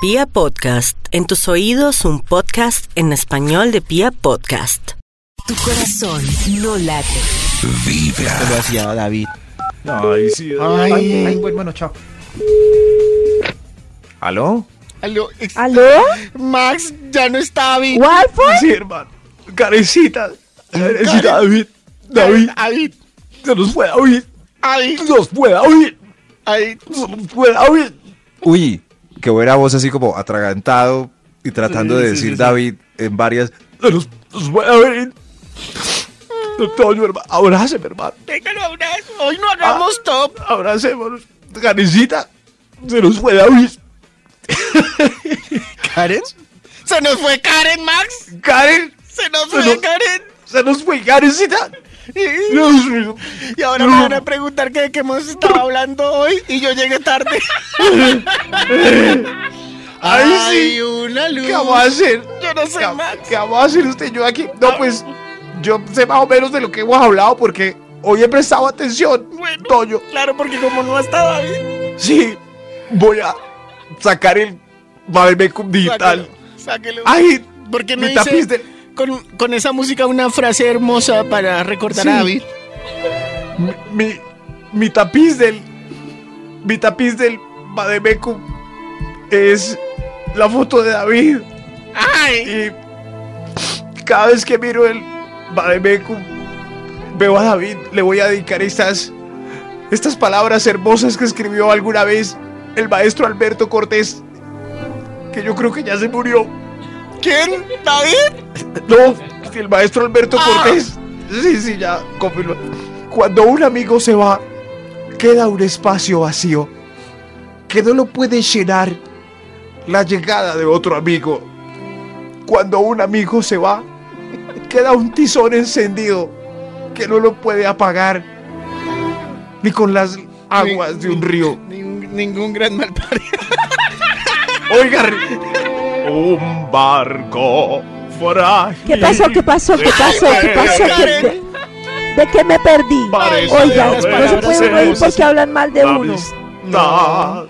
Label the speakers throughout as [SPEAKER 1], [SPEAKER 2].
[SPEAKER 1] Pia Podcast, en tus oídos un podcast en español de Pia Podcast.
[SPEAKER 2] Tu corazón no late.
[SPEAKER 3] Te lo hacía David.
[SPEAKER 4] Ay, sí.
[SPEAKER 3] Ay,
[SPEAKER 5] bueno, chao.
[SPEAKER 4] ¿Aló?
[SPEAKER 6] Aló, ex-
[SPEAKER 7] ¿Aló?
[SPEAKER 6] Max, ya no está David.
[SPEAKER 7] ¿Walford?
[SPEAKER 4] Sí, hermano. Carecita. Carecita, David. David.
[SPEAKER 6] David,
[SPEAKER 4] Se nos fue David.
[SPEAKER 6] David,
[SPEAKER 4] Se nos fue David.
[SPEAKER 6] David.
[SPEAKER 4] Se nos fue David.
[SPEAKER 3] Uy, qué buena voz así como atragantado y tratando de decir David en varias.
[SPEAKER 4] Se nos, nos fue David. Antonio, hermano. Abraceme, hermano.
[SPEAKER 6] Déjalo hablar. Hoy no hagamos top.
[SPEAKER 4] Abracémonos. Carecita. Se nos fue David.
[SPEAKER 6] ¿Karen? Se nos fue Karen, Max.
[SPEAKER 4] Karen.
[SPEAKER 6] Se nos
[SPEAKER 4] Se
[SPEAKER 6] fue
[SPEAKER 4] nos-
[SPEAKER 6] Karen.
[SPEAKER 4] Se nos fue Carecita. Dios mío.
[SPEAKER 6] Y ahora me van a preguntar que de qué hemos estado hablando hoy y yo llegué tarde.
[SPEAKER 4] Ay, sí.
[SPEAKER 6] una luz.
[SPEAKER 4] ¿Qué vamos a hacer?
[SPEAKER 6] Yo no sé, Ah.
[SPEAKER 4] ¿Qué-
[SPEAKER 6] Max.
[SPEAKER 4] ¿Qué vamos a hacer usted y yo aquí? No, pues yo sé más o menos de lo que hemos hablado porque hoy he prestado atención,
[SPEAKER 6] Bueno.
[SPEAKER 4] Toño.
[SPEAKER 6] Claro, porque como no está David.
[SPEAKER 4] Sí, voy a sacar el Babelmecum digital.
[SPEAKER 6] sáquelo, Sáquelo.
[SPEAKER 4] Ay,
[SPEAKER 6] porque no
[SPEAKER 4] mi
[SPEAKER 6] hice
[SPEAKER 4] tapiz de-
[SPEAKER 6] con, con esa música una frase hermosa para recordar
[SPEAKER 4] Sí.
[SPEAKER 6] a David?
[SPEAKER 4] mi, mi, mi tapiz del. Mi tapiz del Babelmecum es la foto de David.
[SPEAKER 6] ¡Ay!
[SPEAKER 4] Y cada vez que miro el Bademecum, veo a David, le voy a dedicar estas, estas palabras hermosas que escribió alguna vez el maestro Alberto Cortés, que yo creo que ya se murió.
[SPEAKER 6] ¿Quién? ¿David?
[SPEAKER 4] No, el maestro Alberto
[SPEAKER 6] Ah.
[SPEAKER 4] Cortés. Sí, sí, ya, confirmo. Cuando un amigo se va, queda un espacio vacío que no lo puede llenar la llegada de otro amigo. Cuando un amigo se va, queda un tizón encendido que no lo puede apagar ni con las aguas de un río.
[SPEAKER 6] Ningún, ningún gran mal
[SPEAKER 4] Oiga, un barco frágil.
[SPEAKER 7] ¿Qué pasó? ¿Qué pasó? ¿Qué pasó? ¿Qué pasó? ¿Qué- de, de qué me perdí?
[SPEAKER 4] Parece
[SPEAKER 7] Oiga,
[SPEAKER 6] haber
[SPEAKER 7] no se puede uno ir
[SPEAKER 4] hermosas.
[SPEAKER 7] porque hablan mal de uno.
[SPEAKER 4] Amistad.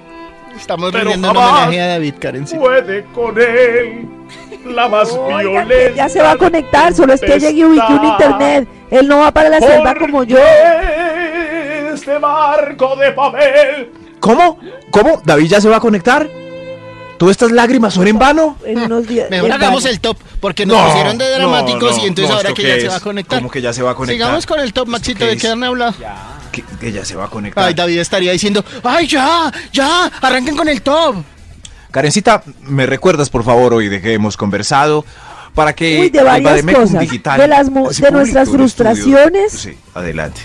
[SPEAKER 6] Estamos
[SPEAKER 4] Pero
[SPEAKER 6] rindiendo un
[SPEAKER 4] jamás.
[SPEAKER 6] homenaje a David, Karencita.
[SPEAKER 4] puede con él la más
[SPEAKER 7] Oiga, que
[SPEAKER 4] violenta.
[SPEAKER 7] ya se va a conectar, solo es que llegue y ubique un internet. Él no va para la selva como yo.
[SPEAKER 4] Porque Este barco de papel.
[SPEAKER 3] ¿Cómo? ¿Cómo? ¿David ya se va a conectar? ¿Todas estas lágrimas son en vano?
[SPEAKER 7] En unos días.
[SPEAKER 6] Mejor
[SPEAKER 7] en
[SPEAKER 6] hagamos
[SPEAKER 7] varios.
[SPEAKER 6] el top, porque nos pusieron de dramáticos y entonces ahora que ya se va a conectar.
[SPEAKER 3] Como que ya se va a conectar.
[SPEAKER 6] Sigamos con el top, Maxito,
[SPEAKER 3] ¿Qué
[SPEAKER 6] ¿de
[SPEAKER 3] es?
[SPEAKER 6] qué han hablado?
[SPEAKER 3] Que, que ya se va a conectar.
[SPEAKER 6] Ay, David estaría diciendo, ¡ay, ya! ¡Ya! ¡Arranquen con el top!
[SPEAKER 3] Karencita, ¿me recuerdas por favor hoy de qué hemos conversado? Para que
[SPEAKER 7] Uy, de
[SPEAKER 3] el
[SPEAKER 7] varias
[SPEAKER 3] Bademecum
[SPEAKER 7] cosas. De las mu-
[SPEAKER 3] se publique
[SPEAKER 7] de nuestras
[SPEAKER 3] un estudio.
[SPEAKER 7] frustraciones.
[SPEAKER 3] Sí, adelante.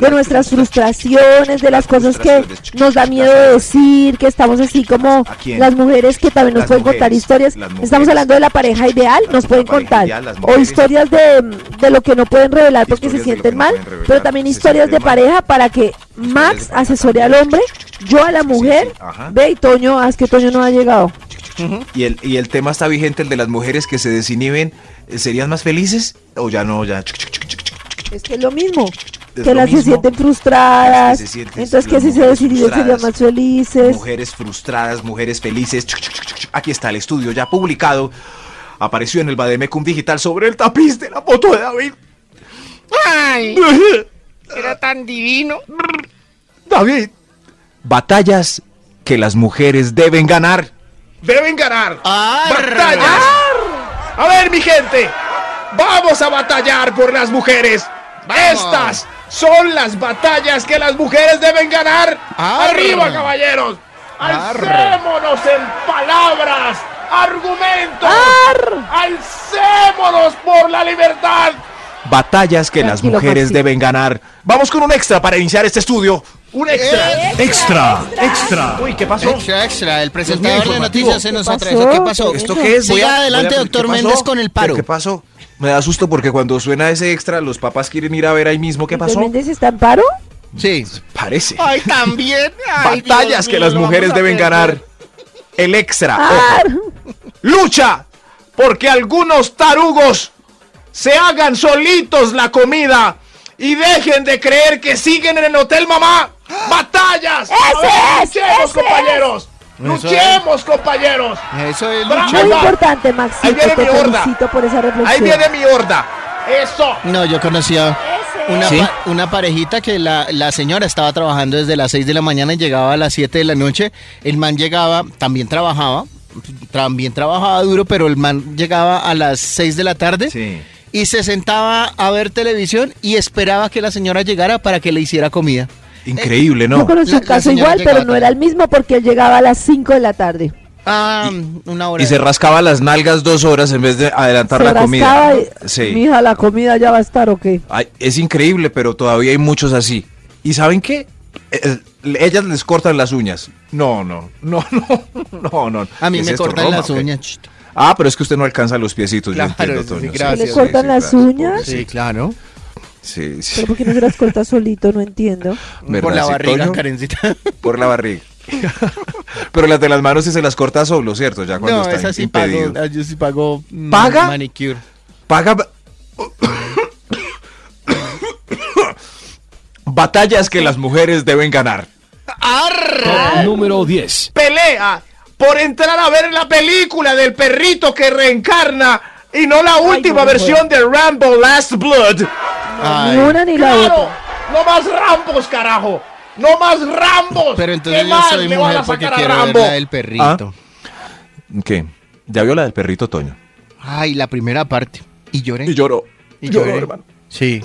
[SPEAKER 7] de nuestras frustraciones, de las cosas que nos da miedo decir, que estamos así como
[SPEAKER 3] ¿A quién?
[SPEAKER 7] las mujeres que también nos
[SPEAKER 3] Las
[SPEAKER 7] pueden
[SPEAKER 3] mujeres,
[SPEAKER 7] contar historias.
[SPEAKER 3] las mujeres.
[SPEAKER 7] Estamos hablando de la pareja ideal,
[SPEAKER 3] La-
[SPEAKER 7] nos
[SPEAKER 3] la
[SPEAKER 7] pueden
[SPEAKER 3] pareja
[SPEAKER 7] contar.
[SPEAKER 3] ideal, las
[SPEAKER 7] O
[SPEAKER 3] mujeres.
[SPEAKER 7] historias de, de lo que no pueden revelar porque se
[SPEAKER 3] Historias de lo que
[SPEAKER 7] sienten
[SPEAKER 3] no
[SPEAKER 7] mal,
[SPEAKER 3] pueden revelar
[SPEAKER 7] pero también
[SPEAKER 3] porque se
[SPEAKER 7] historias de
[SPEAKER 3] sienten mal.
[SPEAKER 7] pareja para que
[SPEAKER 3] de
[SPEAKER 7] Max
[SPEAKER 3] pareja
[SPEAKER 7] asesore al
[SPEAKER 3] también.
[SPEAKER 7] hombre, yo a la
[SPEAKER 3] Sí, sí,
[SPEAKER 7] mujer,
[SPEAKER 3] ajá.
[SPEAKER 7] ve y Toño, haz que Toño no ha llegado.
[SPEAKER 3] Y el, y el tema está vigente, el de las mujeres que se desinhiben, eh, ¿serían más felices? O ya no, ya. chuc, chuc, chuc, chuc, chuc, chuc,
[SPEAKER 7] Es que es lo mismo.
[SPEAKER 3] es
[SPEAKER 7] que
[SPEAKER 3] lo
[SPEAKER 7] las se
[SPEAKER 3] mismo.
[SPEAKER 7] sienten frustradas,
[SPEAKER 3] Las que se sienten-
[SPEAKER 7] entonces que
[SPEAKER 3] las
[SPEAKER 7] si se
[SPEAKER 3] mujeres
[SPEAKER 7] decidieron serían
[SPEAKER 3] frustradas.
[SPEAKER 7] más felices.
[SPEAKER 3] Mujeres frustradas, mujeres felices. chuc, chuc, chuc, chuc, chuc. Aquí está el estudio ya publicado. Apareció en el Bademecum Digital sobre el tapiz de la foto de David.
[SPEAKER 6] ¡Ay! Era tan divino.
[SPEAKER 4] David,
[SPEAKER 3] Batallas que las mujeres deben ganar.
[SPEAKER 4] deben ganar.
[SPEAKER 6] ¡Ay!
[SPEAKER 4] ¡Batallas! A ver, mi gente, vamos a batallar por las mujeres. Estas son las batallas que las mujeres deben ganar.
[SPEAKER 6] Arr.
[SPEAKER 4] ¡Arriba, caballeros!
[SPEAKER 6] Arr.
[SPEAKER 4] ¡Alcémonos en palabras! ¡Argumentos! ¡Alcémonos por la libertad!
[SPEAKER 3] Batallas que las
[SPEAKER 7] Tranquilo,
[SPEAKER 3] mujeres
[SPEAKER 7] Maxi.
[SPEAKER 3] deben ganar. Vamos con un extra para iniciar este estudio.
[SPEAKER 4] ¡Un extra!
[SPEAKER 7] Extra, extra.
[SPEAKER 4] Uy, ¿qué pasó?
[SPEAKER 6] Extra, extra, el
[SPEAKER 3] Dios
[SPEAKER 6] presentador
[SPEAKER 3] mío,
[SPEAKER 6] de
[SPEAKER 3] informativo.
[SPEAKER 6] noticias se nos
[SPEAKER 7] ¿Qué
[SPEAKER 6] atrasó.
[SPEAKER 7] pasó?
[SPEAKER 6] ¿Qué pasó?
[SPEAKER 3] ¿Esto qué es?
[SPEAKER 6] Voy
[SPEAKER 3] Voy a-
[SPEAKER 6] adelante,
[SPEAKER 3] voy a-
[SPEAKER 6] doctor
[SPEAKER 3] ¿qué pasó?
[SPEAKER 6] Méndez, con el paro.
[SPEAKER 3] ¿Pero ¿Qué pasó? Me da susto porque cuando suena ese extra, los papás quieren ir a ver ahí mismo qué
[SPEAKER 7] ¿Víctor
[SPEAKER 3] pasó.
[SPEAKER 7] Méndez está en paro?
[SPEAKER 6] Sí.
[SPEAKER 3] Parece.
[SPEAKER 6] ¡Ay, también! Ay,
[SPEAKER 3] Batallas
[SPEAKER 6] Dios
[SPEAKER 3] que
[SPEAKER 6] mío,
[SPEAKER 3] las
[SPEAKER 6] lo
[SPEAKER 3] mujeres
[SPEAKER 6] vamos a
[SPEAKER 3] deben
[SPEAKER 6] perder.
[SPEAKER 3] ganar. El extra.
[SPEAKER 7] ¡Ah!
[SPEAKER 3] ojo. Lucha porque algunos tarugos se hagan solitos la comida y dejen de creer que siguen en el hotel mamá. Batallas.
[SPEAKER 7] ¡Ese
[SPEAKER 4] A ver,
[SPEAKER 7] es!
[SPEAKER 4] luchemos,
[SPEAKER 7] ¡Ese
[SPEAKER 4] compañeros.
[SPEAKER 6] Eso es-
[SPEAKER 4] ¡Luchemos, compañeros!
[SPEAKER 6] Eso es
[SPEAKER 4] Bravo.
[SPEAKER 7] Muy
[SPEAKER 6] luchar.
[SPEAKER 4] Ahí va.
[SPEAKER 7] importante, Maxito.
[SPEAKER 4] Ahí viene
[SPEAKER 7] Te
[SPEAKER 4] mi horda.
[SPEAKER 7] felicito por esa reflexión.
[SPEAKER 4] ¡Ahí viene mi horda! ¡Eso!
[SPEAKER 6] No, yo conocía una,
[SPEAKER 3] ¿Sí?
[SPEAKER 6] pa- una parejita que la, la señora estaba trabajando desde las 6 de la mañana y llegaba a las 7 de la noche. El man llegaba, también trabajaba, también trabajaba duro, pero el man llegaba a las 6 de la tarde
[SPEAKER 3] Sí.
[SPEAKER 6] y se sentaba a ver televisión y esperaba que la señora llegara para que le hiciera comida.
[SPEAKER 3] Increíble, ¿no?
[SPEAKER 7] Yo conocí
[SPEAKER 6] La-
[SPEAKER 7] un
[SPEAKER 6] la
[SPEAKER 7] caso
[SPEAKER 6] señora
[SPEAKER 7] igual,
[SPEAKER 6] llegaba
[SPEAKER 7] pero no era el mismo porque él llegaba a las 5 de la tarde.
[SPEAKER 6] Ah, una hora.
[SPEAKER 3] Y se rascaba las nalgas dos horas en vez de adelantar
[SPEAKER 7] Se
[SPEAKER 3] la comida.
[SPEAKER 7] rascaba y,
[SPEAKER 3] Sí.
[SPEAKER 7] mija, la comida ya va a estar, ¿o qué?
[SPEAKER 3] Ay, es increíble, pero todavía hay muchos así. ¿Y saben qué? Eh, eh, ellas les cortan las uñas. No, no, no, no, no, no.
[SPEAKER 6] a mí
[SPEAKER 3] ¿Qué es
[SPEAKER 6] me
[SPEAKER 3] esto,
[SPEAKER 6] cortan
[SPEAKER 3] Roma,
[SPEAKER 6] las
[SPEAKER 3] o qué?
[SPEAKER 6] uñas. chito.
[SPEAKER 3] Ah, pero es que usted no alcanza los piecitos,
[SPEAKER 6] Claro,
[SPEAKER 3] yo entiendo,
[SPEAKER 6] sí,
[SPEAKER 3] Toño.
[SPEAKER 6] gracias.
[SPEAKER 7] ¿Le cortan las uñas?
[SPEAKER 3] Sí,
[SPEAKER 6] claro.
[SPEAKER 3] sí, sí.
[SPEAKER 7] Pero ¿por qué no se las corta solito? No entiendo.
[SPEAKER 6] Por
[SPEAKER 3] ¿Verdad,
[SPEAKER 6] la
[SPEAKER 3] sí,
[SPEAKER 6] barriga,
[SPEAKER 3] Toño?
[SPEAKER 6] Karencita.
[SPEAKER 3] Por la barriga. pero las de las manos sí se las corta solo, ¿cierto? Ya cuando
[SPEAKER 6] No,
[SPEAKER 3] está
[SPEAKER 6] esa sí
[SPEAKER 3] impedido.
[SPEAKER 6] pago. ah, Yo sí pago. mm,
[SPEAKER 3] ¿Paga?
[SPEAKER 6] Manicure.
[SPEAKER 3] Paga. ba- Batallas que las mujeres deben ganar.
[SPEAKER 8] número 10.
[SPEAKER 4] pelea por entrar a ver la película del perrito que reencarna y no la última
[SPEAKER 7] no me
[SPEAKER 4] versión de Rambo Last Blood.
[SPEAKER 6] Ay.
[SPEAKER 7] Ni una ni la
[SPEAKER 4] ¡Claro!
[SPEAKER 7] otra.
[SPEAKER 4] ¡No más Rambos, carajo! ¡No más Rambos!
[SPEAKER 6] Pero entonces
[SPEAKER 4] ¿Qué
[SPEAKER 6] yo
[SPEAKER 4] más
[SPEAKER 6] soy
[SPEAKER 4] le van
[SPEAKER 6] mujer
[SPEAKER 4] a
[SPEAKER 6] porque
[SPEAKER 4] sacar a
[SPEAKER 6] quiero ver
[SPEAKER 4] Rambo?
[SPEAKER 6] la del perrito.
[SPEAKER 3] Ah. ¿Qué? ¿Ya vio la del perrito Toño?
[SPEAKER 6] Ay, la primera parte. Y lloré.
[SPEAKER 3] Y lloró.
[SPEAKER 6] Y
[SPEAKER 3] lloró,
[SPEAKER 6] lloré.
[SPEAKER 3] hermano.
[SPEAKER 6] Sí.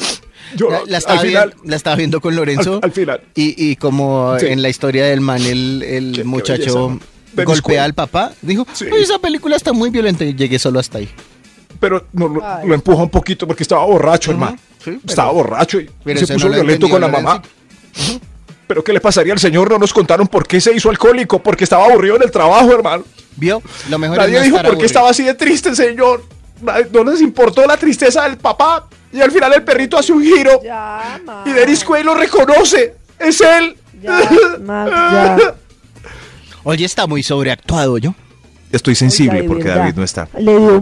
[SPEAKER 3] Yo,
[SPEAKER 6] la, la estaba
[SPEAKER 3] al
[SPEAKER 6] viendo-
[SPEAKER 3] final-
[SPEAKER 6] la estaba viendo con Lorenzo.
[SPEAKER 3] Al- al final.
[SPEAKER 6] Y, y como
[SPEAKER 3] Sí.
[SPEAKER 6] en la historia del man, el, el
[SPEAKER 3] Qué- qué
[SPEAKER 6] muchacho
[SPEAKER 3] belleza, ¿no? De
[SPEAKER 6] golpea
[SPEAKER 3] mis
[SPEAKER 6] al papá, dijo,
[SPEAKER 3] Sí.
[SPEAKER 6] "Ay, esa película está muy violenta. Y llegué solo hasta ahí.
[SPEAKER 3] Pero no, lo,
[SPEAKER 7] Ay.
[SPEAKER 3] lo empuja un poquito porque estaba borracho, hermano.
[SPEAKER 6] sí, pero-
[SPEAKER 3] estaba borracho y
[SPEAKER 6] pero
[SPEAKER 3] se
[SPEAKER 6] eso
[SPEAKER 3] puso
[SPEAKER 6] no lo
[SPEAKER 3] violento con la
[SPEAKER 6] entendió
[SPEAKER 3] mamá. Pero ¿qué le pasaría al señor? No nos contaron por qué se hizo alcohólico, porque estaba aburrido en el trabajo, hermano.
[SPEAKER 6] ¿Vio? Lo mejor es
[SPEAKER 3] Nadie
[SPEAKER 6] no
[SPEAKER 3] dijo
[SPEAKER 6] estar
[SPEAKER 3] por qué
[SPEAKER 6] aburrido.
[SPEAKER 3] estaba así de triste el señor. Nadie- No les importó la tristeza del papá. Y al final el perrito hace un giro.
[SPEAKER 7] Ya, Max.
[SPEAKER 3] Y Denis Quaid lo reconoce. Es él.
[SPEAKER 7] Ya, Max, ya.
[SPEAKER 6] Oye, está muy sobreactuado, ¿yo?
[SPEAKER 3] Estoy
[SPEAKER 7] Oiga, de verdad. Le dio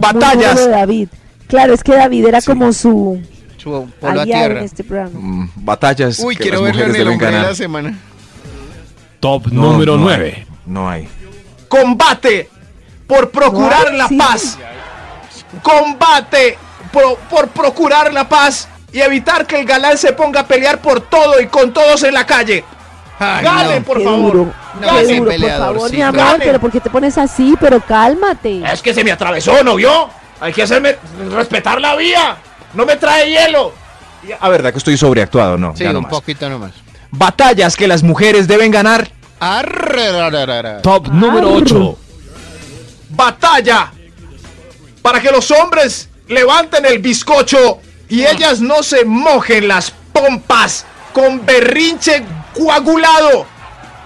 [SPEAKER 3] Batallas.
[SPEAKER 7] batallas. David. Claro, es que David era
[SPEAKER 3] Sí.
[SPEAKER 7] como su
[SPEAKER 6] Chubo, Polo a
[SPEAKER 7] aliado en
[SPEAKER 6] tierra.
[SPEAKER 7] este programa.
[SPEAKER 3] Mm, Batallas.
[SPEAKER 6] Uy,
[SPEAKER 3] que
[SPEAKER 6] quiero
[SPEAKER 3] las
[SPEAKER 6] verlo
[SPEAKER 3] mujeres
[SPEAKER 6] en el
[SPEAKER 3] deben
[SPEAKER 6] hombre de
[SPEAKER 3] ganar.
[SPEAKER 6] la semana.
[SPEAKER 8] Top
[SPEAKER 3] No,
[SPEAKER 8] número
[SPEAKER 3] no hay,
[SPEAKER 8] 9.
[SPEAKER 3] no hay.
[SPEAKER 4] Combate por procurar
[SPEAKER 7] No,
[SPEAKER 4] la
[SPEAKER 7] sí.
[SPEAKER 4] paz. Combate pro- por procurar la paz y evitar que el galán se ponga a pelear por todo y con todos en la calle.
[SPEAKER 6] Ay,
[SPEAKER 4] Gane,
[SPEAKER 6] no.
[SPEAKER 4] por
[SPEAKER 7] qué
[SPEAKER 4] favor.
[SPEAKER 7] duro,
[SPEAKER 6] No,
[SPEAKER 7] qué
[SPEAKER 4] Gane.
[SPEAKER 6] ese
[SPEAKER 7] duro, por
[SPEAKER 6] peleador,
[SPEAKER 7] favor,
[SPEAKER 6] sí,
[SPEAKER 7] mi amor,
[SPEAKER 4] claro.
[SPEAKER 7] pero ¿por qué te pones así? Pero cálmate.
[SPEAKER 4] Es que se me atravesó, ¿no vio? Hay que hacerme respetar la vía. No me trae hielo.
[SPEAKER 3] A verdad que estoy sobreactuado, no.
[SPEAKER 6] Sí,
[SPEAKER 3] ya no
[SPEAKER 6] un
[SPEAKER 3] más.
[SPEAKER 6] poquito nomás.
[SPEAKER 3] Batallas que las mujeres deben ganar.
[SPEAKER 6] Arrerararara.
[SPEAKER 8] Top número 8.
[SPEAKER 4] batalla para que los hombres levanten el bizcocho y ellas no se mojen las pompas con berrinche coagulado.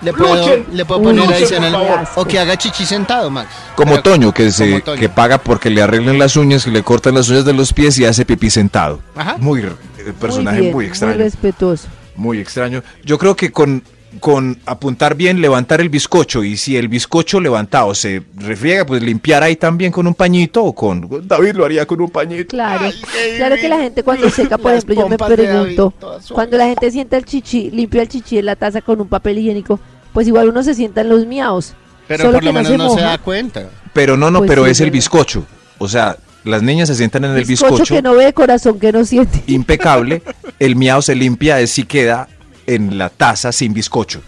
[SPEAKER 6] Le puedo,
[SPEAKER 4] Luchen.
[SPEAKER 6] le puedo
[SPEAKER 7] Uy,
[SPEAKER 6] poner
[SPEAKER 4] luchen,
[SPEAKER 6] adicional.
[SPEAKER 4] por
[SPEAKER 7] favor.
[SPEAKER 6] O que haga chichi sentado, Max.
[SPEAKER 3] Como
[SPEAKER 6] Pero-
[SPEAKER 3] Toño, que, se,
[SPEAKER 6] como Toño.
[SPEAKER 3] que paga porque le arreglen las uñas y le cortan las uñas de los pies y hace pipí sentado.
[SPEAKER 6] Ajá.
[SPEAKER 3] Muy r- eh, personaje
[SPEAKER 7] muy, bien,
[SPEAKER 3] muy extraño.
[SPEAKER 7] Muy respetuoso.
[SPEAKER 3] Muy extraño. Yo creo que con, con apuntar bien, levantar el bizcocho. Y si el bizcocho levantado se refriega, pues limpiar ahí también con un pañito o con. David lo haría con un pañito.
[SPEAKER 7] Claro,
[SPEAKER 6] Ay, qué
[SPEAKER 7] claro que la gente cuando
[SPEAKER 6] divino.
[SPEAKER 7] seca, por
[SPEAKER 6] Las
[SPEAKER 7] ejemplo, yo me
[SPEAKER 6] pompas de
[SPEAKER 7] pregunto,
[SPEAKER 6] David, todas suaves.
[SPEAKER 7] cuando la gente sienta el chichi, limpia el chichi en la taza con un papel higiénico, pues igual uno se sienta en los miaos.
[SPEAKER 6] Pero
[SPEAKER 7] solo
[SPEAKER 6] por lo
[SPEAKER 7] que
[SPEAKER 6] menos no se
[SPEAKER 7] moja.
[SPEAKER 6] da cuenta.
[SPEAKER 3] Pero no, no,
[SPEAKER 7] Pues
[SPEAKER 3] pero
[SPEAKER 7] sí,
[SPEAKER 3] es el
[SPEAKER 7] verdad.
[SPEAKER 3] bizcocho. O sea, las niñas se sientan en el
[SPEAKER 7] bizcocho,
[SPEAKER 3] bizcocho.
[SPEAKER 7] que no ve, corazón que no siente.
[SPEAKER 3] Impecable. el miau se limpia, es si queda en la taza sin bizcocho.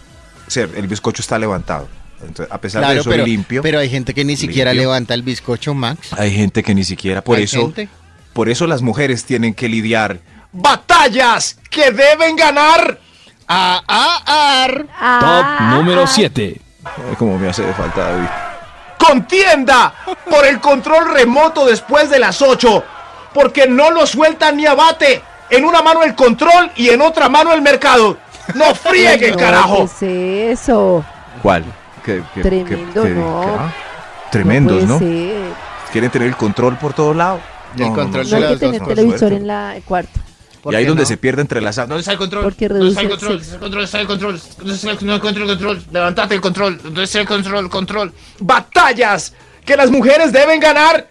[SPEAKER 3] O sea, el bizcocho está levantado. Entonces, a pesar de
[SPEAKER 6] Claro,
[SPEAKER 3] eso,
[SPEAKER 6] pero,
[SPEAKER 3] limpio.
[SPEAKER 6] pero hay gente que ni siquiera
[SPEAKER 3] Limpio.
[SPEAKER 6] levanta el bizcocho, Max.
[SPEAKER 3] Hay gente que ni siquiera. Por
[SPEAKER 6] Hay
[SPEAKER 3] eso.
[SPEAKER 6] gente.
[SPEAKER 3] Por eso las mujeres tienen que lidiar.
[SPEAKER 4] Batallas que deben ganar.
[SPEAKER 6] Ah, ah, ar.
[SPEAKER 7] Ah,
[SPEAKER 8] Top número 7.
[SPEAKER 3] Ay, Como me hace falta David.
[SPEAKER 4] Contienda por el control remoto después de las 8. Porque no lo sueltan ni abate. En una mano el control y en otra mano el mercado. No friegue,
[SPEAKER 7] No,
[SPEAKER 4] carajo.
[SPEAKER 7] ¿Qué es eso?
[SPEAKER 3] ¿Cuál? ¿Qué- qué-
[SPEAKER 7] Tremendo, no.
[SPEAKER 3] ah, tremendos,
[SPEAKER 7] no
[SPEAKER 3] ¿no?
[SPEAKER 7] puede ser.
[SPEAKER 3] Quieren tener el control por todo lado.
[SPEAKER 6] El control de
[SPEAKER 7] No hay que
[SPEAKER 6] las dos,
[SPEAKER 7] tener
[SPEAKER 6] por
[SPEAKER 7] televisor
[SPEAKER 3] suerte.
[SPEAKER 7] en la el cuarto,
[SPEAKER 6] ¿Por
[SPEAKER 3] Y ahí
[SPEAKER 6] qué
[SPEAKER 3] donde
[SPEAKER 6] no?
[SPEAKER 3] se pierde entre las... ¿Dónde está el control?
[SPEAKER 7] porque
[SPEAKER 9] ¿Dónde está
[SPEAKER 7] reduce
[SPEAKER 9] el
[SPEAKER 7] el
[SPEAKER 9] control?
[SPEAKER 7] sexo.
[SPEAKER 9] ¿Dónde está el control? ¿Dónde está el control? ¿Dónde está el control? Levantate el control. ¿Dónde está el control? Control.
[SPEAKER 4] Batallas que las mujeres deben ganar.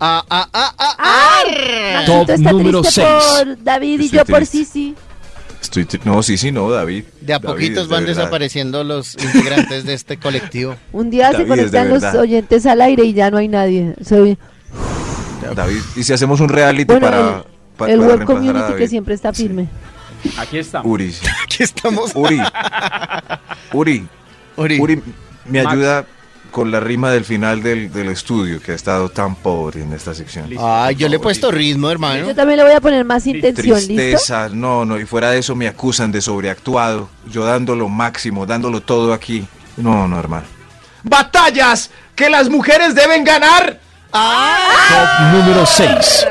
[SPEAKER 6] Ah, ah, ah, ah,
[SPEAKER 7] Maxito
[SPEAKER 8] Top
[SPEAKER 7] está
[SPEAKER 8] número
[SPEAKER 7] triste
[SPEAKER 8] seis.
[SPEAKER 7] por David y
[SPEAKER 3] Estoy
[SPEAKER 7] yo por
[SPEAKER 3] triste.
[SPEAKER 7] Sisi.
[SPEAKER 3] Estoy tri- no, sí, sí, no, David.
[SPEAKER 6] De a
[SPEAKER 3] David,
[SPEAKER 6] poquitos
[SPEAKER 3] de
[SPEAKER 6] van
[SPEAKER 3] verdad.
[SPEAKER 6] desapareciendo los integrantes de este colectivo.
[SPEAKER 7] Un día
[SPEAKER 3] David,
[SPEAKER 7] se
[SPEAKER 3] es de
[SPEAKER 7] conectan los
[SPEAKER 3] verdad.
[SPEAKER 7] oyentes al aire y ya no hay nadie. Se oye-
[SPEAKER 3] David, ¿y si hacemos un reality
[SPEAKER 7] Bueno,
[SPEAKER 3] para, pa-
[SPEAKER 7] el
[SPEAKER 3] para
[SPEAKER 7] web
[SPEAKER 3] reemplazar a
[SPEAKER 7] community que
[SPEAKER 3] David?
[SPEAKER 7] siempre está
[SPEAKER 3] Sí.
[SPEAKER 7] firme.
[SPEAKER 10] Aquí estamos.
[SPEAKER 3] Uri, sí.
[SPEAKER 6] Aquí estamos.
[SPEAKER 3] Uri, Uri,
[SPEAKER 6] Uri.
[SPEAKER 3] Uri, me
[SPEAKER 10] Max.
[SPEAKER 3] ayuda con la rima del final del, del estudio que ha estado tan pobre en esta sección.
[SPEAKER 6] Ay, yo le he puesto ritmo, hermano.
[SPEAKER 7] Yo también le voy a poner más intención, ¿listo?
[SPEAKER 3] Tristeza, no, no, y fuera de eso me acusan de sobreactuado, yo dando lo máximo, dándolo todo aquí. No, no, hermano.
[SPEAKER 11] Batallas que las mujeres deben ganar.
[SPEAKER 7] Ah.
[SPEAKER 5] Top número 6.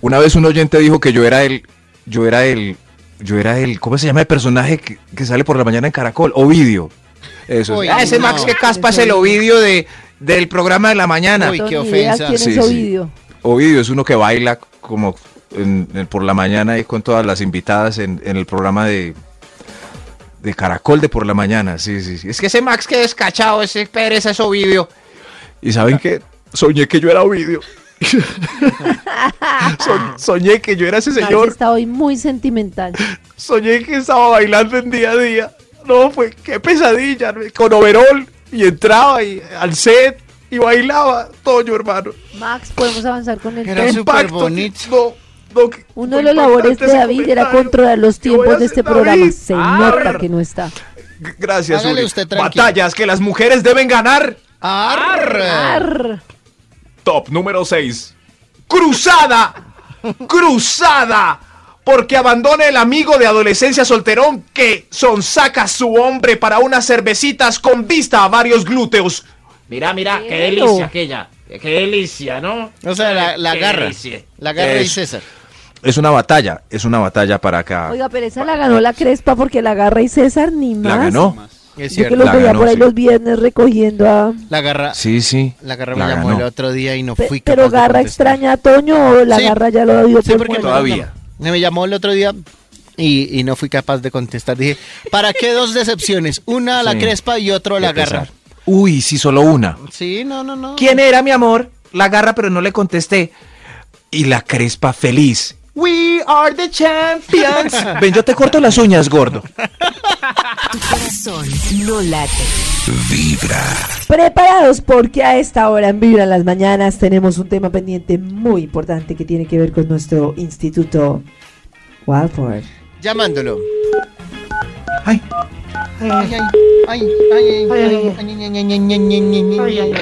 [SPEAKER 3] Una vez un oyente dijo que yo era el, yo era el, yo era el, ¿cómo se llama el personaje que, que sale por la mañana en Caracol? Ovidio. Eso es.
[SPEAKER 6] Uy,
[SPEAKER 11] Ah, ese
[SPEAKER 6] no.
[SPEAKER 11] Max que caspa es el Ovidio de, del programa de la mañana.
[SPEAKER 6] Uy, qué
[SPEAKER 7] Ni idea
[SPEAKER 6] ofensa.
[SPEAKER 7] quién es
[SPEAKER 3] Sí, sí.
[SPEAKER 7] Ovidio.
[SPEAKER 3] Ovidio es uno que baila como en- en- por la mañana ahí con todas las invitadas en, en el programa de, de Caracol de por la mañana. Sí, sí, sí. Es
[SPEAKER 11] Es
[SPEAKER 3] que,
[SPEAKER 11] que ese Max que descachado, ese Pérez es Ovidio.
[SPEAKER 3] ¿Y saben qué? Soñé que yo era Ovidio.
[SPEAKER 11] So- soñé que yo era ese
[SPEAKER 7] Max
[SPEAKER 11] señor.
[SPEAKER 7] está hoy muy sentimental.
[SPEAKER 11] Soñé que estaba bailando en día a día. No, fue qué pesadilla. ¿no? Con overol y entraba y, al set y bailaba. Toño, hermano.
[SPEAKER 7] Max, podemos avanzar con el
[SPEAKER 6] Era
[SPEAKER 7] tema?
[SPEAKER 6] su- Súper bonito.
[SPEAKER 11] No, no, que-
[SPEAKER 7] Uno
[SPEAKER 11] fue
[SPEAKER 7] de los labores de
[SPEAKER 11] impactante ese
[SPEAKER 7] David era
[SPEAKER 11] comentario.
[SPEAKER 7] controlar los
[SPEAKER 11] ¿Qué voy a
[SPEAKER 7] tiempos de
[SPEAKER 11] hacer,
[SPEAKER 7] este
[SPEAKER 11] David?
[SPEAKER 7] programa. Se
[SPEAKER 11] Ah,
[SPEAKER 7] nota que no está.
[SPEAKER 11] g- Gracias,
[SPEAKER 6] Hágale
[SPEAKER 11] Uri.
[SPEAKER 6] usted tranquilo.
[SPEAKER 11] Batallas que las mujeres deben ganar.
[SPEAKER 6] Arr.
[SPEAKER 7] Arr.
[SPEAKER 11] Top número 6. Cruzada. Cruzada. Porque abandone el amigo de adolescencia solterón que sonsaca a su hombre para unas cervecitas con vista a varios glúteos.
[SPEAKER 12] Mira, mira, qué
[SPEAKER 7] Pero-
[SPEAKER 12] delicia aquella. Qué delicia, ¿no?
[SPEAKER 6] O sea, la, la
[SPEAKER 12] Qué
[SPEAKER 6] garra.
[SPEAKER 12] delicia.
[SPEAKER 6] La garra y
[SPEAKER 3] Eso.
[SPEAKER 6] César.
[SPEAKER 3] Es una batalla, es una batalla para acá.
[SPEAKER 7] Oiga, pero esa la ganó la Crespa porque la agarra y César ni más.
[SPEAKER 3] ¿La ganó?
[SPEAKER 6] Es
[SPEAKER 7] Yo que
[SPEAKER 6] cierto.
[SPEAKER 7] los
[SPEAKER 3] La
[SPEAKER 7] veía
[SPEAKER 3] ganó,
[SPEAKER 7] por ahí
[SPEAKER 3] sí.
[SPEAKER 7] los viernes recogiendo a...
[SPEAKER 6] La garra.
[SPEAKER 3] Sí, sí.
[SPEAKER 6] La garra me llamó el otro día y no
[SPEAKER 7] Pe-
[SPEAKER 6] fui capaz de
[SPEAKER 7] pero garra
[SPEAKER 6] contestar.
[SPEAKER 7] extraña a Toño o la
[SPEAKER 6] Sí.
[SPEAKER 7] garra ya lo dio
[SPEAKER 6] Sí,
[SPEAKER 7] por
[SPEAKER 6] porque
[SPEAKER 7] muerto?
[SPEAKER 3] todavía.
[SPEAKER 6] Me me llamó el otro día y, y no fui capaz de contestar. Dije, ¿para qué dos decepciones? Una a la
[SPEAKER 3] Sí.
[SPEAKER 6] crespa y otro a la
[SPEAKER 3] Qué pesar.
[SPEAKER 6] garra.
[SPEAKER 3] Uy, sí, solo una.
[SPEAKER 6] Sí, no, no, no.
[SPEAKER 11] ¿Quién era mi amor? La garra, pero no le contesté.
[SPEAKER 3] Y la crespa feliz.
[SPEAKER 11] We are the champions.
[SPEAKER 3] Ven, yo te corto las uñas, gordo.
[SPEAKER 2] Tu corazón no late.
[SPEAKER 7] Preparados porque a esta hora en Vibra en las Mañanas tenemos un tema pendiente muy importante que tiene que ver con nuestro instituto Walford.
[SPEAKER 6] Llamándolo.
[SPEAKER 3] Ay.
[SPEAKER 6] Ay, ay, ay, ay, ay, ay, ay, ay, ay, ay, ay, ay, ay, ay.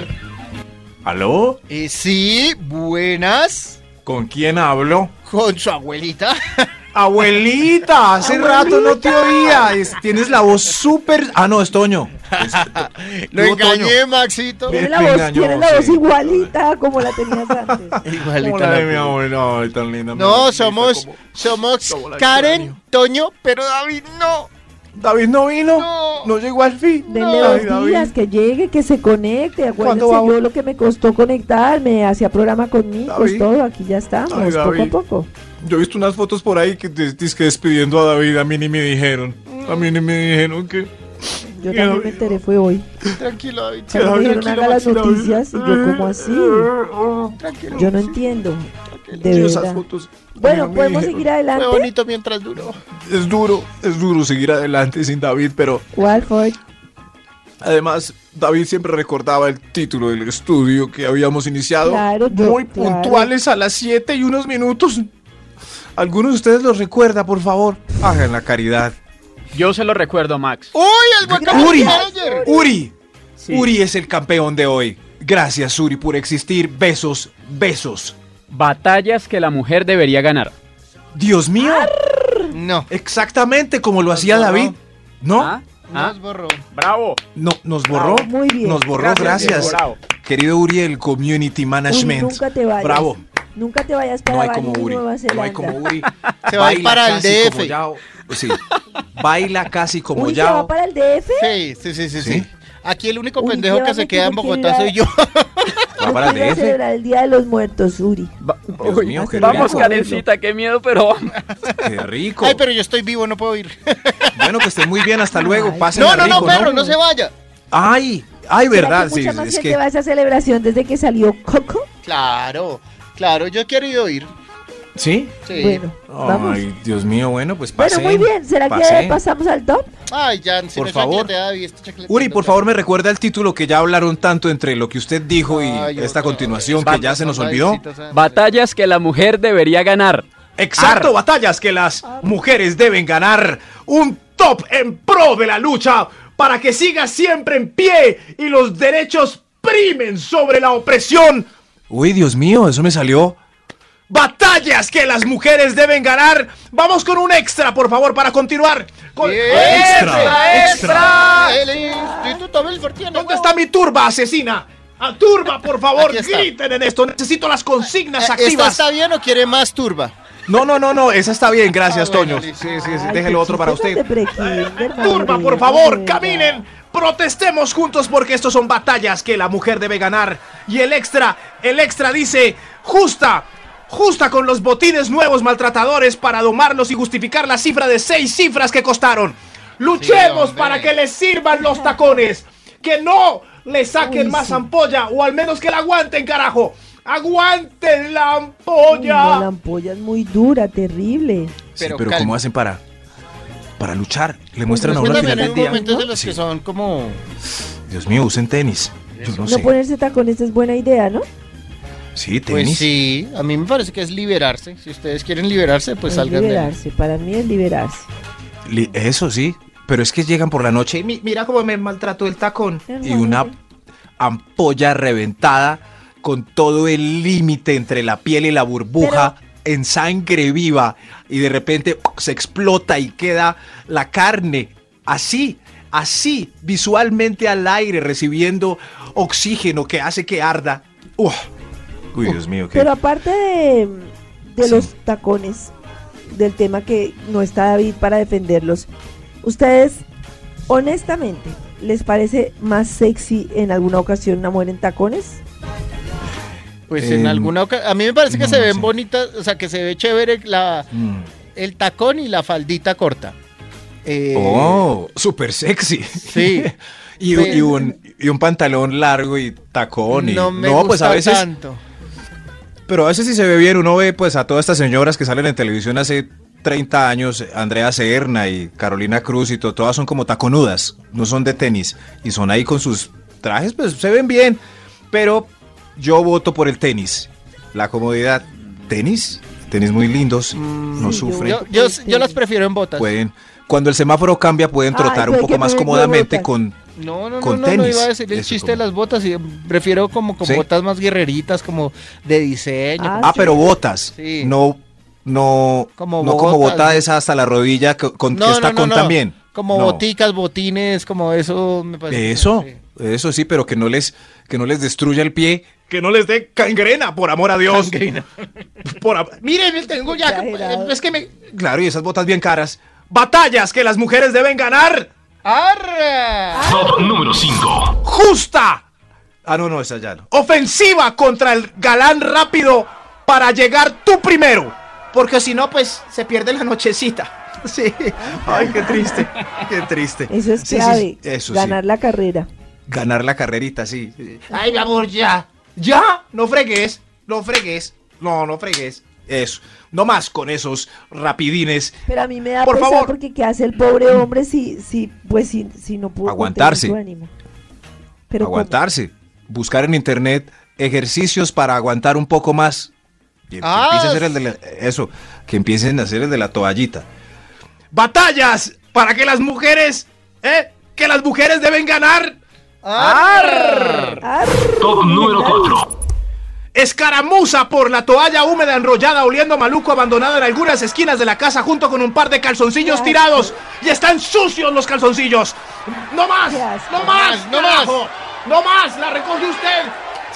[SPEAKER 3] ¿Aló?
[SPEAKER 6] Eh, Sí, buenas.
[SPEAKER 3] ¿Con quién hablo?
[SPEAKER 6] Con su abuelita.
[SPEAKER 11] Abuelita, hace rato no te oía. Es-
[SPEAKER 3] Tienes la voz súper. Ah, no, es Toño. Es-
[SPEAKER 6] Lo
[SPEAKER 3] Tú, Toño.
[SPEAKER 6] engañé, Maxito.
[SPEAKER 3] Bien.
[SPEAKER 7] Tiene la
[SPEAKER 3] te
[SPEAKER 7] voz,
[SPEAKER 3] engañó,
[SPEAKER 7] tiene la voz
[SPEAKER 3] sí.
[SPEAKER 7] igualita como la tenías antes.
[SPEAKER 3] Como
[SPEAKER 6] Igualita
[SPEAKER 3] la
[SPEAKER 6] la
[SPEAKER 3] de mi
[SPEAKER 6] abuela.
[SPEAKER 3] abuela, ay, tan linda. mi
[SPEAKER 6] No,
[SPEAKER 3] abuelita,
[SPEAKER 6] somos,
[SPEAKER 3] como-
[SPEAKER 6] somos
[SPEAKER 11] como la
[SPEAKER 6] Karen, Toño, pero David no.
[SPEAKER 11] David no vino.
[SPEAKER 6] No.
[SPEAKER 11] No, llegó al fin.
[SPEAKER 7] Denle
[SPEAKER 11] Ay,
[SPEAKER 7] dos
[SPEAKER 11] David.
[SPEAKER 7] días, que llegue, que se conecte. Acuérdense
[SPEAKER 11] ¿Cuándo vamos?
[SPEAKER 7] yo lo que me costó conectarme, hacía programa conmigo,
[SPEAKER 11] David.
[SPEAKER 7] todo, aquí ya estamos,
[SPEAKER 11] Ay,
[SPEAKER 7] poco a
[SPEAKER 11] David.
[SPEAKER 7] poco.
[SPEAKER 3] Yo he visto unas fotos por ahí que te que despidiendo a David. A mí ni me dijeron. A mí ni me dijeron que.
[SPEAKER 7] Yo también me enteré, fue hoy.
[SPEAKER 6] Tranquilo, David.
[SPEAKER 7] Cuando me dijeron
[SPEAKER 6] tranquilo,
[SPEAKER 7] haga las
[SPEAKER 6] Maxito,
[SPEAKER 7] noticias y yo como así.
[SPEAKER 6] tranquilo.
[SPEAKER 7] Yo no entiendo. De
[SPEAKER 11] Quiero esas
[SPEAKER 7] verdad.
[SPEAKER 11] fotos.
[SPEAKER 7] Bueno,
[SPEAKER 3] me dijeron.
[SPEAKER 7] podemos seguir
[SPEAKER 6] Fue
[SPEAKER 7] adelante.
[SPEAKER 6] bonito mientras duró.
[SPEAKER 3] Es duro, es duro seguir adelante sin David, pero
[SPEAKER 7] Walford.
[SPEAKER 3] además David siempre recordaba el título del estudio que habíamos iniciado.
[SPEAKER 7] Claro, yo-
[SPEAKER 3] muy
[SPEAKER 7] claro.
[SPEAKER 3] puntuales a las 7 y unos minutos. Algunos de ustedes los recuerda, por favor. Hagan la caridad.
[SPEAKER 10] Yo se lo recuerdo, Max.
[SPEAKER 6] ¡Uy, el guacamole
[SPEAKER 3] Uri,
[SPEAKER 6] manager!
[SPEAKER 3] Uri,
[SPEAKER 10] Sí.
[SPEAKER 3] Uri es el campeón de hoy. Gracias, Uri, por existir. Besos, besos.
[SPEAKER 10] Batallas que la mujer debería ganar.
[SPEAKER 3] Dios mío,
[SPEAKER 6] No,
[SPEAKER 3] exactamente como lo hacía
[SPEAKER 6] borró.
[SPEAKER 3] David. ¿No?
[SPEAKER 10] ¿Ah? ¿Ah?
[SPEAKER 6] nos borró.
[SPEAKER 10] Bravo.
[SPEAKER 3] No, nos borró.
[SPEAKER 7] Bravo. Muy bien.
[SPEAKER 3] Nos borró,
[SPEAKER 10] Gracias,
[SPEAKER 3] gracias.
[SPEAKER 10] Diego, bravo.
[SPEAKER 3] Querido Uri, el Community
[SPEAKER 7] Uy,
[SPEAKER 3] Management.
[SPEAKER 7] nunca te vayas.
[SPEAKER 3] Bravo.
[SPEAKER 7] Nunca te vayas para
[SPEAKER 3] No hay como
[SPEAKER 7] Bali,
[SPEAKER 3] Uri.
[SPEAKER 7] Nueva
[SPEAKER 3] No hay
[SPEAKER 7] Zelanda.
[SPEAKER 3] como Uri.
[SPEAKER 6] Se va a ir
[SPEAKER 3] Baila
[SPEAKER 6] para el
[SPEAKER 3] casi
[SPEAKER 6] DF.
[SPEAKER 3] como Yao. Sí. Baila casi como
[SPEAKER 7] Uy, ¿se
[SPEAKER 3] Yao.
[SPEAKER 7] va para el DF?
[SPEAKER 6] Sí, sí, sí, sí, sí.
[SPEAKER 3] ¿Sí?
[SPEAKER 6] Aquí el único
[SPEAKER 7] Uy,
[SPEAKER 6] pendejo que
[SPEAKER 7] llévame
[SPEAKER 6] se
[SPEAKER 7] que
[SPEAKER 6] queda en
[SPEAKER 7] yo quiero
[SPEAKER 6] Bogotá
[SPEAKER 7] ir a-
[SPEAKER 6] soy yo.
[SPEAKER 3] Va para el
[SPEAKER 7] Vamos a
[SPEAKER 3] DF.
[SPEAKER 7] celebrar el Día de los Muertos, Uri.
[SPEAKER 10] Va-
[SPEAKER 3] Dios
[SPEAKER 10] Uy,
[SPEAKER 3] mío, qué
[SPEAKER 10] vamos,
[SPEAKER 7] rico.
[SPEAKER 10] Karencita, qué miedo, pero vamos.
[SPEAKER 3] Qué rico.
[SPEAKER 6] Ay, pero yo estoy vivo, no puedo ir.
[SPEAKER 3] Bueno, que esté muy bien. Hasta luego.
[SPEAKER 7] Ay.
[SPEAKER 3] Pasen
[SPEAKER 6] No, no, no,
[SPEAKER 3] rico,
[SPEAKER 6] perro, no se vaya.
[SPEAKER 3] Ay, ay,
[SPEAKER 7] ¿Será
[SPEAKER 3] verdad.
[SPEAKER 7] que
[SPEAKER 3] Sí,
[SPEAKER 7] mucha más
[SPEAKER 3] es
[SPEAKER 7] gente
[SPEAKER 3] que
[SPEAKER 7] va a esa celebración desde que salió Coco?
[SPEAKER 6] Claro, claro, yo he querido ir.
[SPEAKER 3] ¿Sí?
[SPEAKER 6] Sí.
[SPEAKER 7] Bueno, vamos.
[SPEAKER 3] Ay, Dios mío, bueno, pues
[SPEAKER 7] Bueno,
[SPEAKER 3] pasen.
[SPEAKER 7] muy bien. ¿Será que
[SPEAKER 3] pasen.
[SPEAKER 7] pasamos al top?
[SPEAKER 6] Ay, ya,
[SPEAKER 3] Por favor.
[SPEAKER 6] este
[SPEAKER 3] Uri, por favor, me recuerda el título que ya hablaron tanto entre lo que usted dijo y esta continuación que ya se nos olvidó.
[SPEAKER 10] Batallas que la mujer debería ganar.
[SPEAKER 3] Exacto, batallas que las mujeres deben ganar.
[SPEAKER 4] un top en pro de la lucha para que siga siempre en pie y los derechos primen sobre la opresión.
[SPEAKER 3] Uy, Dios mío, eso me salió.
[SPEAKER 4] Batallas que las mujeres deben ganar. Vamos con un extra, por favor, para continuar. Con-
[SPEAKER 6] Extra,
[SPEAKER 4] extra, extra.
[SPEAKER 6] El Instituto Belfort tiene
[SPEAKER 4] ¿Dónde está mi turba asesina? A turba, por favor,
[SPEAKER 6] Aquí está.
[SPEAKER 4] griten en esto. Necesito las consignas
[SPEAKER 6] Eh, ¿Esta
[SPEAKER 4] activas.
[SPEAKER 6] está bien o quiere más turba?
[SPEAKER 3] No, no, no, no, esa está bien, gracias,
[SPEAKER 6] Ah, bueno,
[SPEAKER 3] Toño.
[SPEAKER 6] listo.
[SPEAKER 3] Sí, sí, sí,
[SPEAKER 7] Ay,
[SPEAKER 3] déjelo
[SPEAKER 7] qué
[SPEAKER 3] otro para
[SPEAKER 7] chiste
[SPEAKER 3] usted.
[SPEAKER 7] tan de prekinder,
[SPEAKER 4] Turba,
[SPEAKER 7] madre,
[SPEAKER 4] por favor,
[SPEAKER 7] venga.
[SPEAKER 4] caminen. Protestemos juntos porque estos son batallas que la mujer debe ganar. Y el extra, el extra dice, justa, justa con los botines nuevos maltratadores para domarlos y justificar la cifra de seis cifras que costaron. Luchemos
[SPEAKER 6] hombre.
[SPEAKER 4] para que les sirvan los tacones. Que no le saquen más ampolla o al menos que la aguanten, carajo. Aguanten la
[SPEAKER 7] Uy, no, la
[SPEAKER 4] ampolla.
[SPEAKER 7] ampolla es muy dura, terrible.
[SPEAKER 3] Sí,
[SPEAKER 6] Pero
[SPEAKER 3] pero,
[SPEAKER 6] calma.
[SPEAKER 3] ¿cómo hacen para, para luchar? Le muestran a
[SPEAKER 6] Pues
[SPEAKER 3] uno al
[SPEAKER 6] también
[SPEAKER 3] final del
[SPEAKER 6] hay
[SPEAKER 3] día.
[SPEAKER 6] momentos de los
[SPEAKER 3] Sí.
[SPEAKER 6] que son como...
[SPEAKER 3] Dios mío, usen tenis. Yo no,
[SPEAKER 7] No,
[SPEAKER 3] sé.
[SPEAKER 7] ponerse tacones es buena idea, ¿no?
[SPEAKER 3] Sí, tenis.
[SPEAKER 6] Pues sí, a mí me parece que es liberarse. Si ustedes quieren liberarse, pues
[SPEAKER 7] Es
[SPEAKER 6] salgan de ahí.
[SPEAKER 7] liberarse. Para mí es liberarse.
[SPEAKER 3] Li- Eso sí, pero es que llegan por la noche y,
[SPEAKER 4] Mira cómo me maltrató el tacón.
[SPEAKER 3] y una ampolla reventada con todo el límite entre la piel y la burbuja en sangre viva y de repente se explota y queda la carne así, así, visualmente al aire recibiendo oxígeno que hace que arda. Uf. Uy, Dios mío, qué
[SPEAKER 7] Pero aparte de, de
[SPEAKER 3] Sí.
[SPEAKER 7] los tacones, del tema que no está David para defenderlos, ¿ustedes honestamente les parece más sexy en alguna ocasión una mujer en tacones?
[SPEAKER 6] Pues en
[SPEAKER 3] Eh,
[SPEAKER 6] alguna ocasión. A mí me parece que
[SPEAKER 3] no,
[SPEAKER 6] se ven
[SPEAKER 3] sí.
[SPEAKER 6] bonitas, o sea, que se ve chévere la,
[SPEAKER 3] Mm.
[SPEAKER 6] el tacón y la faldita corta. Eh,
[SPEAKER 3] Oh, súper sexy.
[SPEAKER 6] Sí.
[SPEAKER 3] y,
[SPEAKER 6] Pero-
[SPEAKER 3] y un, y un pantalón largo y tacón. Y,
[SPEAKER 6] No me gusta
[SPEAKER 3] pues a veces.
[SPEAKER 6] tanto.
[SPEAKER 3] Pero a veces si se ve bien, uno ve pues a todas estas señoras que salen en televisión hace 30 años, Andrea Serna y Carolina Cruz y to- todas son como taconudas, no son de tenis. Y son ahí con sus trajes, pues se ven bien. Pero yo voto por el tenis. La comodidad. ¿Tenis? Tenis muy lindos, no
[SPEAKER 7] Mm, Sí, yo-
[SPEAKER 3] sufren.
[SPEAKER 6] Yo, yo, yo las prefiero en botas.
[SPEAKER 3] Pueden, cuando el semáforo cambia, pueden
[SPEAKER 7] Ay,
[SPEAKER 3] trotar un
[SPEAKER 7] pues,
[SPEAKER 3] poco
[SPEAKER 7] que
[SPEAKER 3] más
[SPEAKER 7] me
[SPEAKER 3] cómodamente
[SPEAKER 7] botas.
[SPEAKER 3] con.
[SPEAKER 6] No, no, no,
[SPEAKER 3] Con
[SPEAKER 6] no, no iba a
[SPEAKER 3] tenis.
[SPEAKER 6] decir el
[SPEAKER 3] Eso
[SPEAKER 6] chiste
[SPEAKER 3] como-
[SPEAKER 6] de las botas. y Prefiero como con
[SPEAKER 3] Sí.
[SPEAKER 6] botas más guerreritas, como de diseño.
[SPEAKER 7] Ah,
[SPEAKER 3] Ah, pero botas.
[SPEAKER 6] Sí.
[SPEAKER 3] No, no,
[SPEAKER 6] Como
[SPEAKER 3] no como
[SPEAKER 6] botas.
[SPEAKER 3] bota esa hasta la rodilla co- con,
[SPEAKER 6] No,
[SPEAKER 3] que está
[SPEAKER 6] no, no,
[SPEAKER 3] con
[SPEAKER 6] no.
[SPEAKER 3] también.
[SPEAKER 6] Como
[SPEAKER 3] No.
[SPEAKER 6] boticas, botines, como eso me parece. que-
[SPEAKER 3] Eso,
[SPEAKER 6] sí.
[SPEAKER 3] eso sí, pero que no les, que no les destruya el pie.
[SPEAKER 4] Que no les dé cangrena, por amor a Dios. Por am- Miren, tengo
[SPEAKER 6] Ah,
[SPEAKER 4] ya.
[SPEAKER 6] eh,
[SPEAKER 7] Exagerado.
[SPEAKER 4] Es que me.
[SPEAKER 3] Claro, y esas botas bien caras.
[SPEAKER 4] Batallas que las mujeres deben ganar.
[SPEAKER 6] ¡Arra!
[SPEAKER 5] Top número 5.
[SPEAKER 4] Justa.
[SPEAKER 3] Ah, no, no, esa ya
[SPEAKER 4] Oh.
[SPEAKER 3] no.
[SPEAKER 4] Ofensiva contra el galán rápido para llegar tú primero. Porque si no, pues se pierde la nochecita. Sí. Ay, qué triste.
[SPEAKER 3] Qué triste.
[SPEAKER 7] Eso es
[SPEAKER 3] Sí, sí,
[SPEAKER 7] clave,
[SPEAKER 3] sí, eso sí.
[SPEAKER 7] ganar la carrera.
[SPEAKER 3] Ganar la carrerita, sí. sí.
[SPEAKER 4] Ay, mi amor, ya. Ya. No fregues. No fregues. No, no fregues.
[SPEAKER 3] Eso. No más con esos rapidines.
[SPEAKER 7] Pero a mí me da
[SPEAKER 4] Por
[SPEAKER 7] pesar
[SPEAKER 4] favor.
[SPEAKER 7] porque qué hace el pobre hombre si, si, pues, si, si no pudo
[SPEAKER 3] Mm.
[SPEAKER 7] contener
[SPEAKER 3] Aguantarse.
[SPEAKER 7] su ánimo. Pero ¿cómo?
[SPEAKER 3] aguantarse. Buscar en internet ejercicios para aguantar un poco más. Y que
[SPEAKER 6] Ah,
[SPEAKER 3] empiece a hacer el de la- eso, que empiecen a hacer el de la toallita.
[SPEAKER 4] Batallas para que las mujeres. ¿Eh? Que las mujeres deben ganar.
[SPEAKER 6] ¡Arr!
[SPEAKER 7] Arr,
[SPEAKER 5] Top número 4.
[SPEAKER 4] Escaramuza por la toalla húmeda enrollada oliendo a maluco abandonado en algunas esquinas de la casa junto con un par de calzoncillos
[SPEAKER 7] Qué
[SPEAKER 4] tirados. Y están sucios los calzoncillos. No más,
[SPEAKER 7] Qué asco.
[SPEAKER 4] no más, no
[SPEAKER 6] No más,
[SPEAKER 4] más, no más, la recoge usted.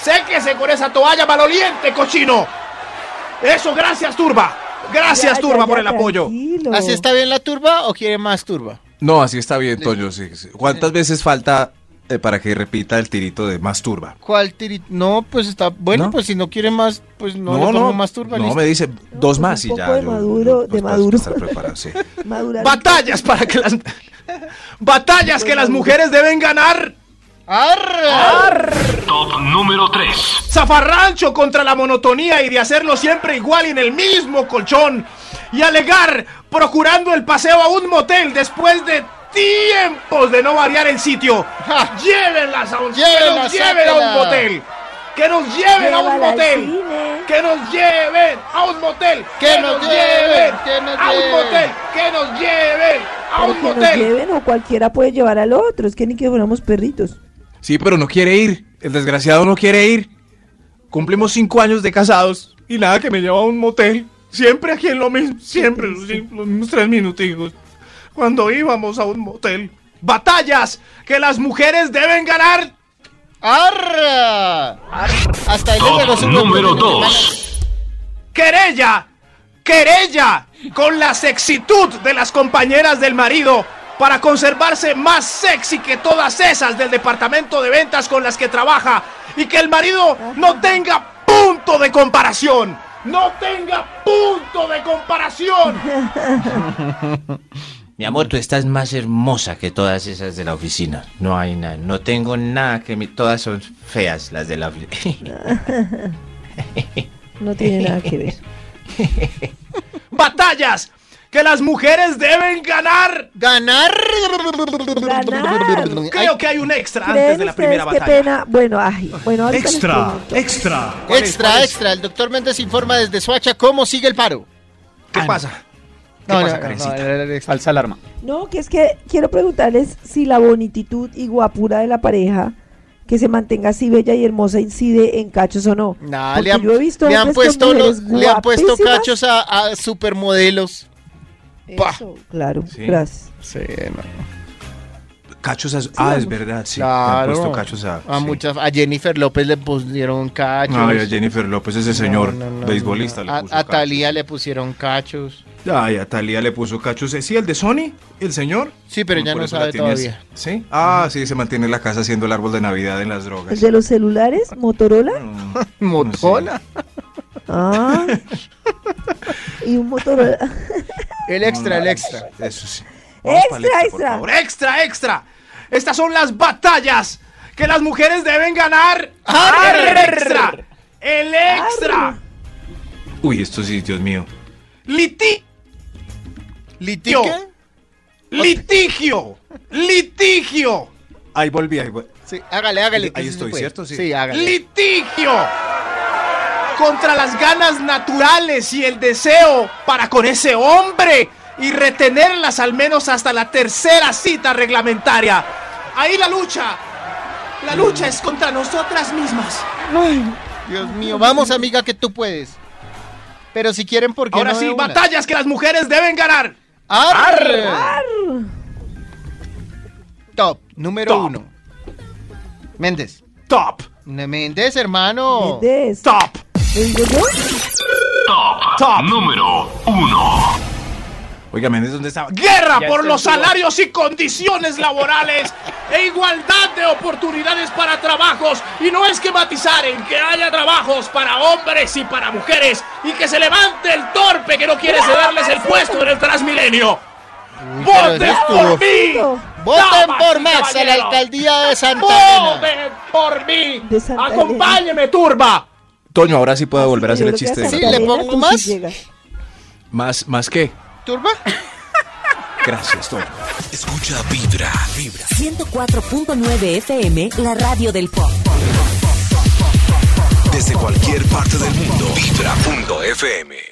[SPEAKER 4] Séquese con esa toalla maloliente, cochino. Eso, gracias, Turba. Gracias,
[SPEAKER 7] ya,
[SPEAKER 4] Turba,
[SPEAKER 7] ya,
[SPEAKER 4] por
[SPEAKER 7] ya,
[SPEAKER 4] el apoyo.
[SPEAKER 7] tranquilo.
[SPEAKER 6] ¿Así está bien la turba o quiere más turba?
[SPEAKER 3] No, así está bien, Toño. sí, sí. ¿Cuántas veces falta eh, para que repita el tirito de masturba?
[SPEAKER 6] ¿Cuál tiri- No, pues está. Bueno,
[SPEAKER 3] ¿No?
[SPEAKER 6] pues si no quiere más, pues no, le pongo más turba.
[SPEAKER 3] no
[SPEAKER 6] listo.
[SPEAKER 3] me dice dos
[SPEAKER 7] pues
[SPEAKER 3] más
[SPEAKER 7] un
[SPEAKER 3] y
[SPEAKER 7] poco
[SPEAKER 3] ya.
[SPEAKER 7] de maduro, de
[SPEAKER 3] puedo
[SPEAKER 7] maduro.
[SPEAKER 3] estar preparado, sí.
[SPEAKER 7] Madurar.
[SPEAKER 4] Batallas para que las. Batallas que las mujeres deben ganar.
[SPEAKER 6] ¡Arra!
[SPEAKER 5] Top número número 3.
[SPEAKER 4] zafarrancho contra la monotonía y de hacerlo siempre igual y en el mismo colchón. Y alegar procurando el paseo a un motel después de tiempos de no variar el sitio. ¡Ja! Llévenlas a un, que
[SPEAKER 6] Llévenla,
[SPEAKER 4] nos lleven a
[SPEAKER 6] sáquela.
[SPEAKER 4] un motel. Que nos lleven a un
[SPEAKER 7] Llévala al
[SPEAKER 4] motel.
[SPEAKER 7] cine.
[SPEAKER 4] Que nos lleven a un motel.
[SPEAKER 6] Que nos lleven, que nos
[SPEAKER 4] a un
[SPEAKER 6] lleven.
[SPEAKER 4] motel. Que nos lleven a
[SPEAKER 7] Pero
[SPEAKER 4] un
[SPEAKER 7] que nos
[SPEAKER 4] motel.
[SPEAKER 7] lleven o cualquiera puede llevar al otro. Es que ni que fuéramos perritos.
[SPEAKER 3] Sí, pero no quiere ir. El desgraciado no quiere ir. Cumplimos cinco años de casados y nada que me lleva a un motel.
[SPEAKER 4] Siempre aquí en lo mismo, siempre los, los mismos tres minuticos. Cuando íbamos a un motel. Batallas que las mujeres deben ganar.
[SPEAKER 6] ¡Arra! Hasta ahí le pegó
[SPEAKER 5] Top
[SPEAKER 6] su
[SPEAKER 5] número
[SPEAKER 6] control,
[SPEAKER 5] 2.
[SPEAKER 4] Querella, querella con la sexitud de las compañeras del marido para conservarse más sexy que todas esas del departamento de ventas con las que trabaja y que el marido no tenga punto de comparación. No tenga punto de comparación.
[SPEAKER 13] Mi amor, tú estás más hermosa que todas esas de la oficina. No hay nada, no tengo nada que me... Todas son feas las de la oficina.
[SPEAKER 7] No tiene nada que ver.
[SPEAKER 4] Batallas que las mujeres deben ganar.
[SPEAKER 6] ¡Ganar!
[SPEAKER 7] Ganar.
[SPEAKER 4] Creo que hay un extra antes
[SPEAKER 7] ¿Creen
[SPEAKER 4] de la
[SPEAKER 7] ustedes
[SPEAKER 4] primera
[SPEAKER 7] qué
[SPEAKER 4] batalla.
[SPEAKER 7] pena? Bueno, ay, bueno, ahorita les pregunto.
[SPEAKER 11] extra.
[SPEAKER 4] ¿Cuál es?
[SPEAKER 6] extra,
[SPEAKER 4] ¿Cuál es?
[SPEAKER 6] extra. El doctor Méndez informa desde Soacha cómo sigue el paro.
[SPEAKER 4] ¿Qué pasa? ¿Qué
[SPEAKER 6] No, no,
[SPEAKER 4] pasa,
[SPEAKER 6] no,
[SPEAKER 4] Karencita?
[SPEAKER 6] no, era el extra.
[SPEAKER 10] Falsa alarma.
[SPEAKER 7] No, que es que quiero preguntarles si la bonititud y guapura de la pareja que se mantenga así bella y hermosa incide en cachos o no.
[SPEAKER 6] Nah,
[SPEAKER 7] Porque
[SPEAKER 6] le han,
[SPEAKER 7] yo he visto
[SPEAKER 6] le han
[SPEAKER 7] hombres con
[SPEAKER 6] puesto
[SPEAKER 7] mujeres
[SPEAKER 6] los- le han puesto
[SPEAKER 7] guapísimas.
[SPEAKER 6] cachos a, a supermodelos.
[SPEAKER 7] Eso, claro,
[SPEAKER 3] Sí.
[SPEAKER 7] gracias.
[SPEAKER 6] Sí,
[SPEAKER 3] Cachos a... Ah, es verdad, sí. le han
[SPEAKER 6] claro.
[SPEAKER 3] puesto cachos a... sí.
[SPEAKER 6] muchas, a Jennifer López le pusieron cachos.
[SPEAKER 3] Ay, a Jennifer López, ese señor
[SPEAKER 6] No, no, no,
[SPEAKER 3] beisbolista
[SPEAKER 6] no.
[SPEAKER 3] le
[SPEAKER 6] A-
[SPEAKER 3] puso
[SPEAKER 6] a,
[SPEAKER 3] cachos.
[SPEAKER 6] Talía le pusieron cachos.
[SPEAKER 3] Ay, a Talía le puso cachos. ¿Sí, el de Sony? ¿El señor? Mm,
[SPEAKER 6] Sí, pero ya
[SPEAKER 3] Por
[SPEAKER 6] no
[SPEAKER 3] eso la
[SPEAKER 6] sabe
[SPEAKER 3] tiene así.
[SPEAKER 6] todavía.
[SPEAKER 3] ¿Sí? Ah, sí, se mantiene en la casa haciendo el árbol de Navidad en las
[SPEAKER 7] ¿El
[SPEAKER 3] drogas.
[SPEAKER 7] de los celulares? ¿Motorola?
[SPEAKER 3] Mm.
[SPEAKER 6] Motorola.
[SPEAKER 7] Ah. y un Motorola.
[SPEAKER 6] El extra, el
[SPEAKER 3] No,
[SPEAKER 6] extra.
[SPEAKER 3] Eso sí. Vamos
[SPEAKER 7] extra,
[SPEAKER 3] pa'l extra, por
[SPEAKER 7] extra.
[SPEAKER 3] favor.
[SPEAKER 4] Por extra, extra. Estas son las batallas que las mujeres deben ganar. El extra. El extra.
[SPEAKER 7] Arr.
[SPEAKER 3] Uy, esto sí, Dios mío.
[SPEAKER 4] Liti-
[SPEAKER 6] ¿Litique?
[SPEAKER 4] litigio. Litigio.
[SPEAKER 3] Ahí volví, ahí volví.
[SPEAKER 6] Sí, hágale, hágale.
[SPEAKER 3] Ahí
[SPEAKER 6] que sí se
[SPEAKER 3] estoy,
[SPEAKER 6] puede.
[SPEAKER 3] ¿cierto? Sí.
[SPEAKER 6] Sí, hágale.
[SPEAKER 4] Litigio. Contra las ganas naturales y el deseo para con ese hombre y retenerlas al menos hasta la tercera cita reglamentaria. Ahí la lucha. La lucha es contra nosotras mismas.
[SPEAKER 6] Dios mío, vamos amiga que tú puedes. Pero si quieren, ¿por qué
[SPEAKER 4] Ahora
[SPEAKER 6] no
[SPEAKER 4] sí,
[SPEAKER 6] de una?
[SPEAKER 4] batallas que las mujeres deben ganar.
[SPEAKER 6] ¡Arre! Top, número
[SPEAKER 4] Top.
[SPEAKER 6] uno. Méndez.
[SPEAKER 4] Top,
[SPEAKER 6] Ne- Méndez, hermano.
[SPEAKER 7] Méndez,
[SPEAKER 4] top,
[SPEAKER 7] ¿lo digo yo?
[SPEAKER 5] Top,
[SPEAKER 4] Top.
[SPEAKER 5] número 1.
[SPEAKER 3] Oiga, Méndez, ¿dónde estaba?
[SPEAKER 4] guerra
[SPEAKER 10] Ya
[SPEAKER 4] por
[SPEAKER 10] se
[SPEAKER 4] los
[SPEAKER 10] estuvo.
[SPEAKER 4] salarios y condiciones laborales e igualdad de oportunidades para trabajos y no esquematizar en que haya trabajos para hombres y para mujeres y que se levante el torpe que no quiere cederles el puesto en el Transmilenio.
[SPEAKER 6] Uy, pero
[SPEAKER 4] ¡Voten
[SPEAKER 6] eso estuvo.
[SPEAKER 4] por mí!
[SPEAKER 6] Voten
[SPEAKER 4] damas
[SPEAKER 6] por
[SPEAKER 4] y
[SPEAKER 6] Max a la
[SPEAKER 4] caballeros! ¡Oh,
[SPEAKER 6] alcaldía de Santa Elena.
[SPEAKER 4] ¡Voten por mí!
[SPEAKER 7] De Santa Elena.
[SPEAKER 4] ¡Acompáñeme, turba!
[SPEAKER 3] Toño, ahora sí puedo volver a hacer
[SPEAKER 7] Ah, Yo
[SPEAKER 3] el
[SPEAKER 7] creo
[SPEAKER 3] chiste.
[SPEAKER 7] que a
[SPEAKER 3] de
[SPEAKER 6] Sí,
[SPEAKER 7] Santa
[SPEAKER 6] le
[SPEAKER 7] Elena
[SPEAKER 6] pongo
[SPEAKER 7] tú sí
[SPEAKER 6] más.
[SPEAKER 7] llegas.
[SPEAKER 3] Más, ¿Más qué?
[SPEAKER 6] ¿Turba?
[SPEAKER 3] Gracias, Toño.
[SPEAKER 5] Escucha Vibra.
[SPEAKER 2] 104.9 FM, la radio del pop.
[SPEAKER 5] Desde cualquier parte del mundo. Vibra.fm.